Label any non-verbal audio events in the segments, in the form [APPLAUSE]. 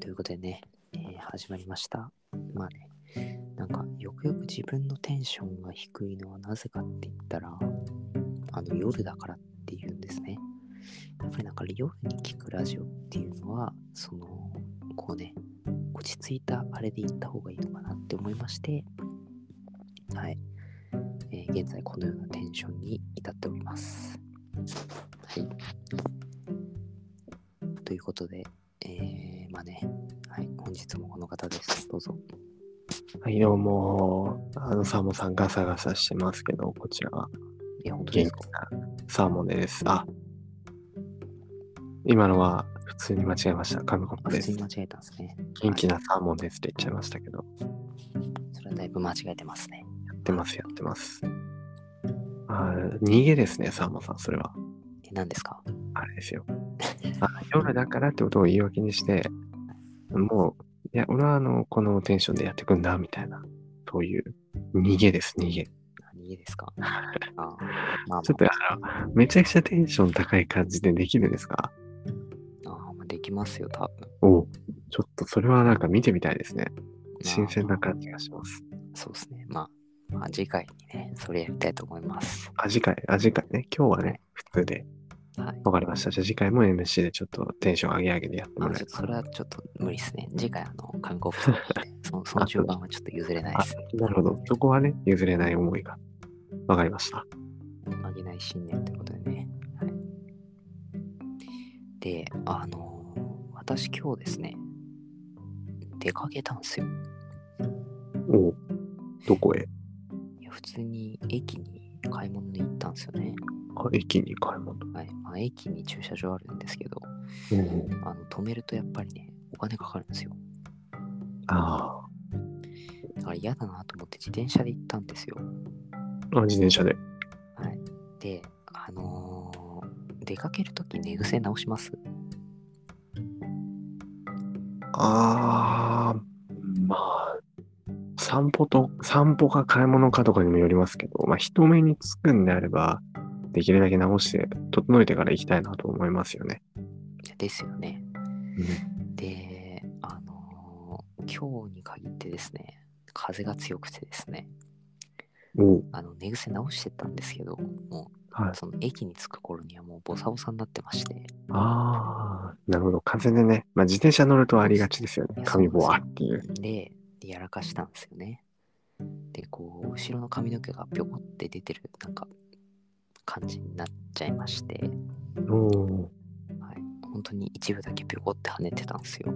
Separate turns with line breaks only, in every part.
ということでね、えー始まりました。まあね、なんか、よくよく自分のテンションが低いのはなぜかって言ったら、あの、夜だからっていうんですね。やっぱりなんか、夜に聞くラジオっていうのは、その、こうね、落ち着いたあれで行った方がいいのかなって思いまして、はい。えー現在このようなテンションに至っております。はい。ということで、えー、まあね、はい、本日もこの方です。どうぞ。
はい、どうも。あの、サーモンさんガサガサしてますけど、こちらは
え、本当で
元
す
気
か
なサーモンです。あ、今のは普通に間違えました。韓
あ
国
普
で
通
す
に。間違えたんですね。
元気なサーモンですって言っちゃいましたけど、
それはだいぶ間違えてますね。
やってます、やってます。あー逃げですね、サーモンさん、それは。
え、何ですか
あれですよ。あ夜だからってことを言い訳にして、もう、いや、俺はあの、このテンションでやってくんだ、みたいな。そういう、逃げです、逃げ。
何家です
[LAUGHS]
かあーまあ、まあ、
ちょっとあの、めちゃくちゃテンション高い感じでできるですか
あーまあ、できますよ、多分。
おうちょっとそれはなんか見てみたいですね。新鮮
まあ
な感じがします。
そうですね。まあ、まあ、次回にね、それやりたいと思います。
味会、味会ね。今日は
は
ね、普通で。
はい。
わかりました。じゃあ次回も MC でちょっとテンション上げ上げでやって
あ
も
の
ら
ち
え
ょっ
る
とそれはちょっと無理ですね。次回、あの、観光不足なんでそ
[LAUGHS]
の、その順番はちょっと譲れないですね。
なるほど。そこはね、譲れない思いが。わかりました。
曲げない信念ということでね。はい、で、あのー私今日ですね、出かけたんですよ。
おうどこへ
いや普通に駅に買い物に行ったんですよね。
あ駅に買い物。
はい。まあ、駅に駐車場あるんですけど、
うん、
あの止めるとやっぱりね、お金かかるんですよ。
あ
だから嫌だなと思って自転車で行ったんですよ。
あ。あ自転車で。
はい。で、あのー出かけるとき寝癖直します
ああ、まあ、散歩と、散歩か買い物かとかにもよりますけど、まあ人目につくんであれば、できるだけ直して、整えてから行きたいなと思いますよね。
ですよね。で、あのー今日に限ってですね、風が強くてですね、
おう
あの寝癖直してたんですけど、もう、
はい
その駅に着く頃にはもうボサボサになってまして、
ああ、なるほど。風でね、まあ自転車乗るとありがちですよ
い
ね。
や
髪ボワっていう。
で、やらかしたんですよね。で、こう、後ろの髪の毛がぴょこって出てる、なんか、感じになっちゃいまして、
おう
はい、本当に一部だけぴょこって跳ねてたんですよ。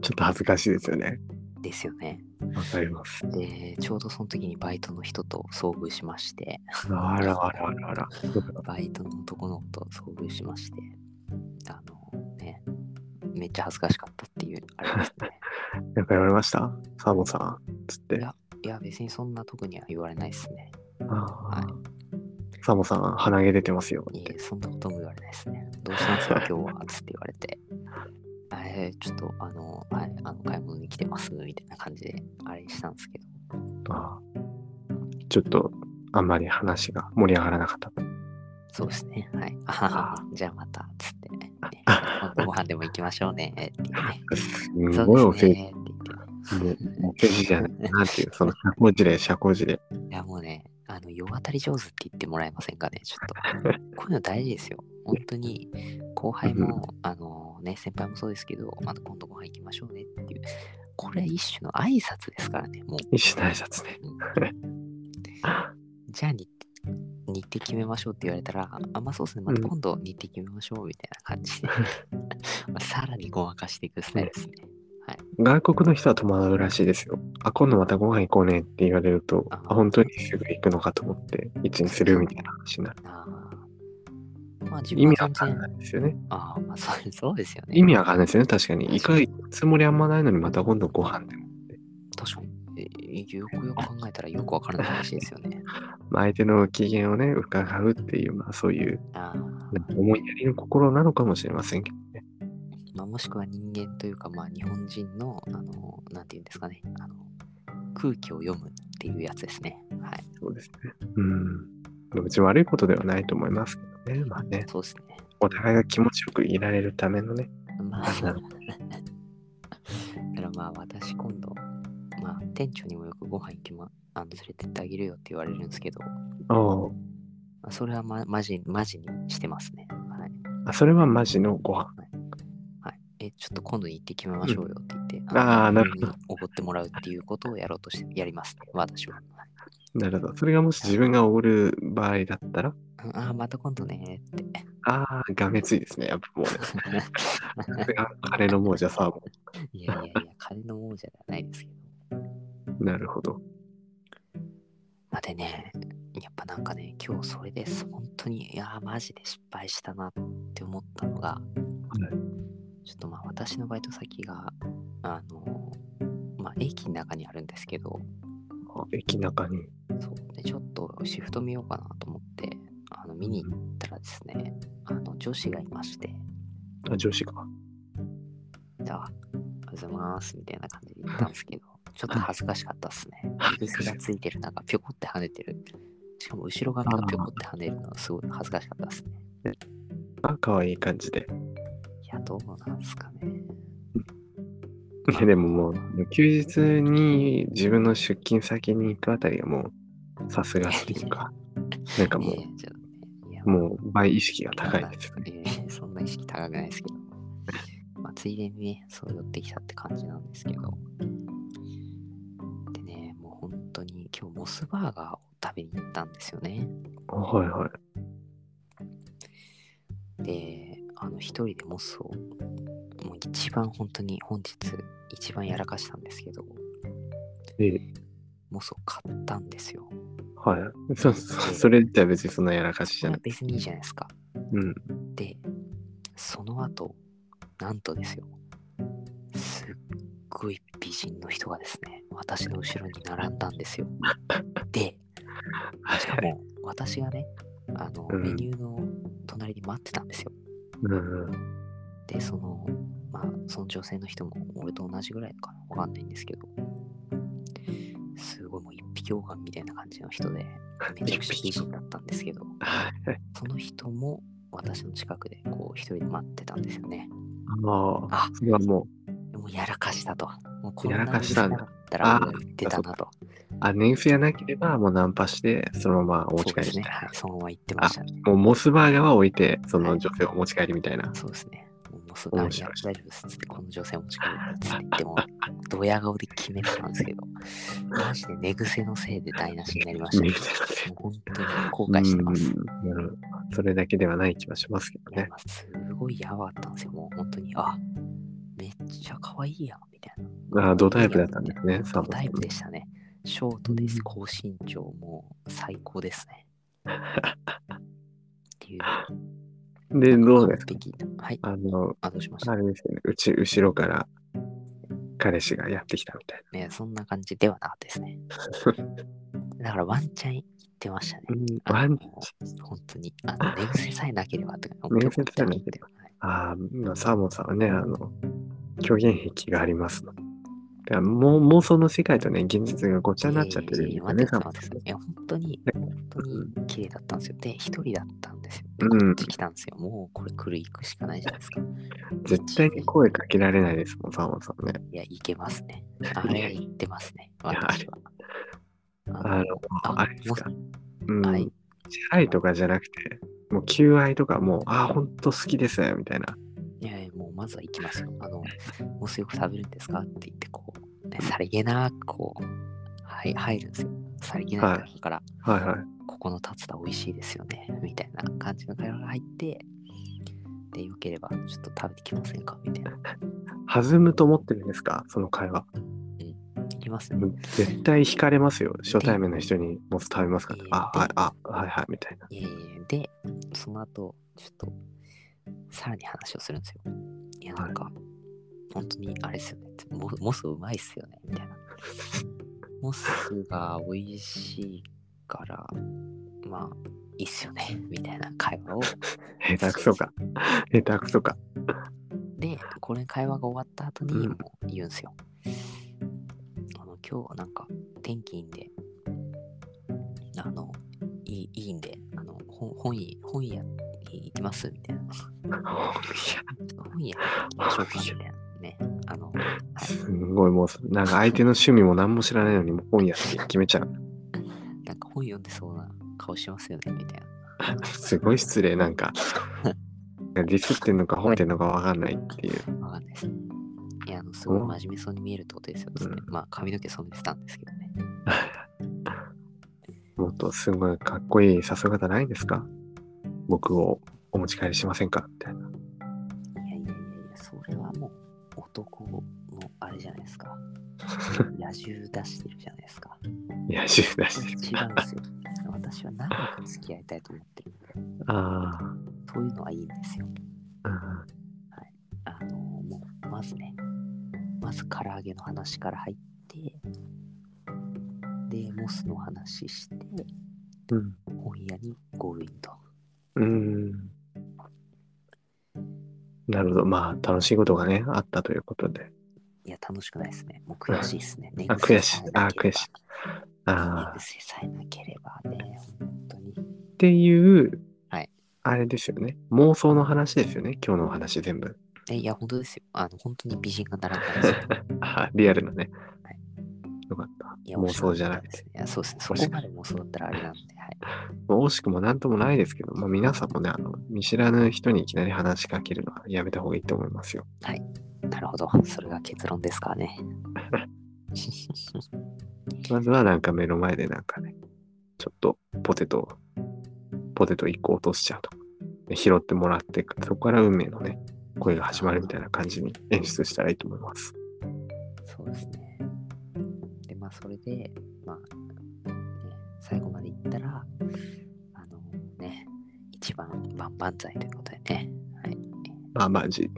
ちょっと恥ずかしいですよね。
ですよね。
わかります。
で、ちょうどその時にバイトの人と遭遇しまして、
あらあらあらあら。
バイトの男の子と遭遇しまして、あのね、めっちゃ恥ずかしかったっていう、あれです
[LAUGHS]
ね。
なんか言われましたサーモンさん。つって。あ
いや、別にそんな特には言われないですね。
あ
は
サーモンさん、鼻毛出てますよ。
いえ、そんなことも言われないですね。どうしたんですか、今日はつって言われて。えーちょっと、あの、はい、あの買い物に来てます、みたいな感じで、あれしたんですけど。
あちょっとあんまり話が盛り上がらなかった。
そうですね。はい。あははじゃあまた、つって、ね。
[LAUGHS]
今度ご飯でも行きましょうね。って言ってね
す
そ
ごいうお
です
世
ね。っ
辞、
て言ってね
もうお世辞じゃないなっていう、その社交辞令、社交辞令。
いやもうね、あの、世渡り上手って言ってもらえませんかね、ちょっ
[LAUGHS]
と。こういうの大事ですよ。本当に、後輩も、あのね、先輩もそうですけど、また今度ご飯行きましょうねっていう。これ一種の挨拶ですからね、もう。
一種の挨拶ね。 [LAUGHS]
じゃあ日、日程決めましょうって言われたら、あ、まあそうですね、また
うん
今度日程決めましょうみたいな感じ
[LAUGHS]
で、 [LAUGHS] さらにごまかしていくスタイルですね。
外国の人は戸惑うらしいですよ。あ、今度またご飯行こうねって言われると、
あ
あ、本当にすぐ行くのかと思って、一にするみたいな話になる。
あーまあ自
意
分
味
は
わか
全
ん
然、
ないですよね。
ああ、まあそうそうですよね。
意味わかんないですよね、確かに。行
確か
く
に
つもりあんまないのに、また今度ご飯でも。
確かに。えよくよく考えたらよくわからない話ですよね。
まあ、相手の機嫌をね、伺うっていう、まあそういう、
ああ、
なんか思いやりの心なのかもしれませんけどね。
まあ、もしくは人間というか、まあ日本人の、あの、なんていうんですかね、あの、空気を読むっていうやつですね。はい。
そうですね。うん。別に悪いことではないと思いますけどね。まあね、
そうですね。
お互いが気持ちよくいられるためのね。
まあ
なる、
まあ私今度、まあ店長にもよくご飯行きま、あの連れてってあげるよって言われるんですけど、
あ
あそれはま、マジ、マジにしてますね。はい。
あ、それはマジのご飯。
はい。え、ちょっと今度行って決めましょうよって言って、
ああー、なるほど。
おごってもらうっていうことをやろうとして、やりますね、私は。は
[LAUGHS]
い
なるほど。それがもし自分がおごる場合だったら、
うんああ、また今度ねって。 [LAUGHS]
ああ、がめついですね。やっぱもうね。さすが彼のもうじゃさ、
いやいやいや、金の亡者ではないですけど。
なるほど。
まあでね、やっぱなんかね、今日それです。本当に、いやー、マジで失敗したなって思ったのが、ちょっとまあ私のバイト先が、あのーまあ駅の中にあるんですけど、
あ駅中に。
そうでちょっとシフト見ようかなと思って、あの見に行ったらですね、あの女子がいまして、
あ、女子か。
では、おはようございますみたいな感じで言ったんですけど、ちょっと恥ずかしかったっすね。
恥ず
薄
かしい
がついてる中、ぴょこって跳ねてる。しかも後ろ側がぴょこって跳ねるのがすごい恥ずかしかったっすね。
あ、可愛い感じで。
いや、どうなんすかね。
いやでももう、休日に自分の出勤先に行くあたりがもう、さすがってい
[LAUGHS]
うか、なんかも
いやちょっとねいや
う、もう倍意識が高いですよね。
いやいやそんな意識高くないですけど。まあ、ついでにね、そう寄ってきたって感じなんですけど。でね、もう本当に今日モスバーガーを食べに行ったんですよね。
あはいはい。
で、あの、一人でモスを、もう一番本当に本日、一番やらかしたんですけど、
え
モスを買ったんですよ。
はい。そ、そそれじゃ別にそんなやらかしじ
それ
ゃな。
はい別にいいじゃないですか。
うん。
で、その後、なんとですよ、すっごい美人の人がですね、私の後ろに並んだんですよ。
[LAUGHS]
で、しかも私がね、あの、
うん
メニューの隣で待ってたんですよ。
うんうん。
で、その、まあ、その女性の人も俺と同じぐらいかな、わかんないんですけど、すごいもう一匹狼みたいな感じの人で、めちゃくちゃ美人だったんです
[LAUGHS]
けど、
あ
その人も私の近くでこう一人で待ってたんですよね。
あ
あ、
それはも
もうやらかしたと。もうこん
や
な
ら
に
かしたんだ
だったら俺は言ってたなと。
う、あ、年数やなければもうナンパして、そのままお持
そ
ち
う
帰
で
り
す
み
ね。
たい
は
な。
い、そのまま言ってましたね。
もうモスバーガーは置いて、その女性をお持ち帰りみたいな。
そうですね。もうすぐ、あい
面
や
白
大
い
丈夫ですっつって、この女性を持ち帰るっつって言って
[LAUGHS]
も、ドヤ顔で決めてたんですけど、マジで寝癖のせいで台無しになりましたね。
寝癖
もう本当に後悔してます。い
うんなるほどそれだけではない気はしますけど
や
ね。
まあすごいやばかったんですよ。もう本当に、あめっちゃ可愛いやん、みたいな。
あドタイプだったんですね、
ド
サボ
タ
さん
イ。プでしたね。ショートです。高身長もう最高です
[LAUGHS]
ね。っていう。
で、どうですか
完璧なはい。
あの、
あ、どうしました
あれですよね、うち、後ろから彼氏がやってきたみたい
いやそんな感じではなかったです
[LAUGHS]
ね。だからワンチャン言ってましたね。
な。ワン
あの本当に。あの、寝癖さえなければとか、
寝癖さえなければ
思ってましたはい
あーサーモンさんはね、あの、虚言癖がありますので。だからもう妄想の世界とね、現実がごちゃになっちゃってるん
い
で
やいやい
す
や
よ
待っ
ね、
てください待ってくださいい
サーモンさん
や、本当に、本当に綺麗だったんですよ。で、一人だったんですよ。で
うん
こっち来たんですよ。もうこれ来る行くしかないじゃないですか。
絶対に声かけられないですもん、サーモンさんね。
いや、いけますね。あれは行ってますね。私は。
あの、あれですか。うん。
はい
支配とかじゃなくて、もう求愛とか、もう、ああ、ほんと好きです、みたいな。
いやいや、もうまずは行きますよ。あの、もうすよく食べるんですかって言って、こう、ね、さりげなくこう、はい、入るんですよ。さりげなくだから、
はいはい。
ここの竜田美味しいですよね。みたいな感じの会話が入って、で、よければちょっと食べてきませんかみたいな。
弾むと思ってるんですかその会話。
行きますね。
もう絶対惹かれますよ。初対面の人にモス食べますから。
で
あ、はい、あ、はいはい、みたいな。
いやいやいやで、その後、ちょっと、さらに話をするんですよ。いや、なんか、本当にあれっすよね。モモスうまいっすよね。みたいな。 [LAUGHS] モスが美味しいから、まあ、いいっすよね。みたいな会話を。
下手くそか。下手くそか。
で、これ会話が終わった後に
うん
もう言うんですよ。あの、今日なんか天気いいんで、あの、いいいいんで、あの、本本屋本屋に行きますみたいな。
いや
本屋行きましょうかみたいなね。あの、はい
すんごいもう、なんか相手の趣味も何も知らないのに、もう本屋って決めちゃう。
なんか本読んでそうな顔しますよね、みたいな。
すごい失礼、なんか。ディスってんのか褒めてんのかわかんないっていう。
わかんないです。いや、あの、すごい
うん
真面目そうに見えるってことですよ、ね
う
まあ、髪の毛染めてたんですけどね。
もっとすごいかっこいい誘い方ないですか僕をお持ち帰りしませんかみたいな。
いやいやいやいや、それはもう、男のあれじゃないですか。野獣出してるじゃないですか。
いや、自由だし
違う。んですよ。私は長く付き合いたいと思ってるんで、
あ
そういうのはいいんですよ。
あ。うん
あのもう、まずね、まず唐揚げの話から入って、で、モスの話して、
うん。
本屋にゴールインと。
うーん。なるほど。まあ、楽しいことがね、あったということで。
いや、楽しくないですね。もう悔しいですね。
あ、悔しい。あ、悔しい。
寝
ああ。
癖さえなければね、本当に。
っていう、
はい
あれですよね。妄想の話ですよね。今日のお話全部。
えいや、本当ですよ。あの、本当に美人が並んだんですよ。
[LAUGHS] あリアルなね
は。
よかっ
い
た。
や
妄想じゃな
面白かったで
くて
す。ね。いや、そうですね。そこまで妄想だったらあれなんで、はい。
まあ惜しくもなんともないですけど、まあ、皆さんもね、あの、見知らぬ人にいきなり話しかけるのはやめた方がいいと思いますよ。
なるほど。それが結論ですから
[LAUGHS]
ね。
まずはなんか目の前でなんかね、ちょっとポテトを、ポテト1個落としちゃうとか、で拾ってもらって、そこから運命のね、恋が始まるみたいな感じに演出したらいいと思います。
そうですね。で、まあ、それで、まあ、ね、最後までいったら、あのね、一番万々歳ということでね。はい。
まあまあ、じ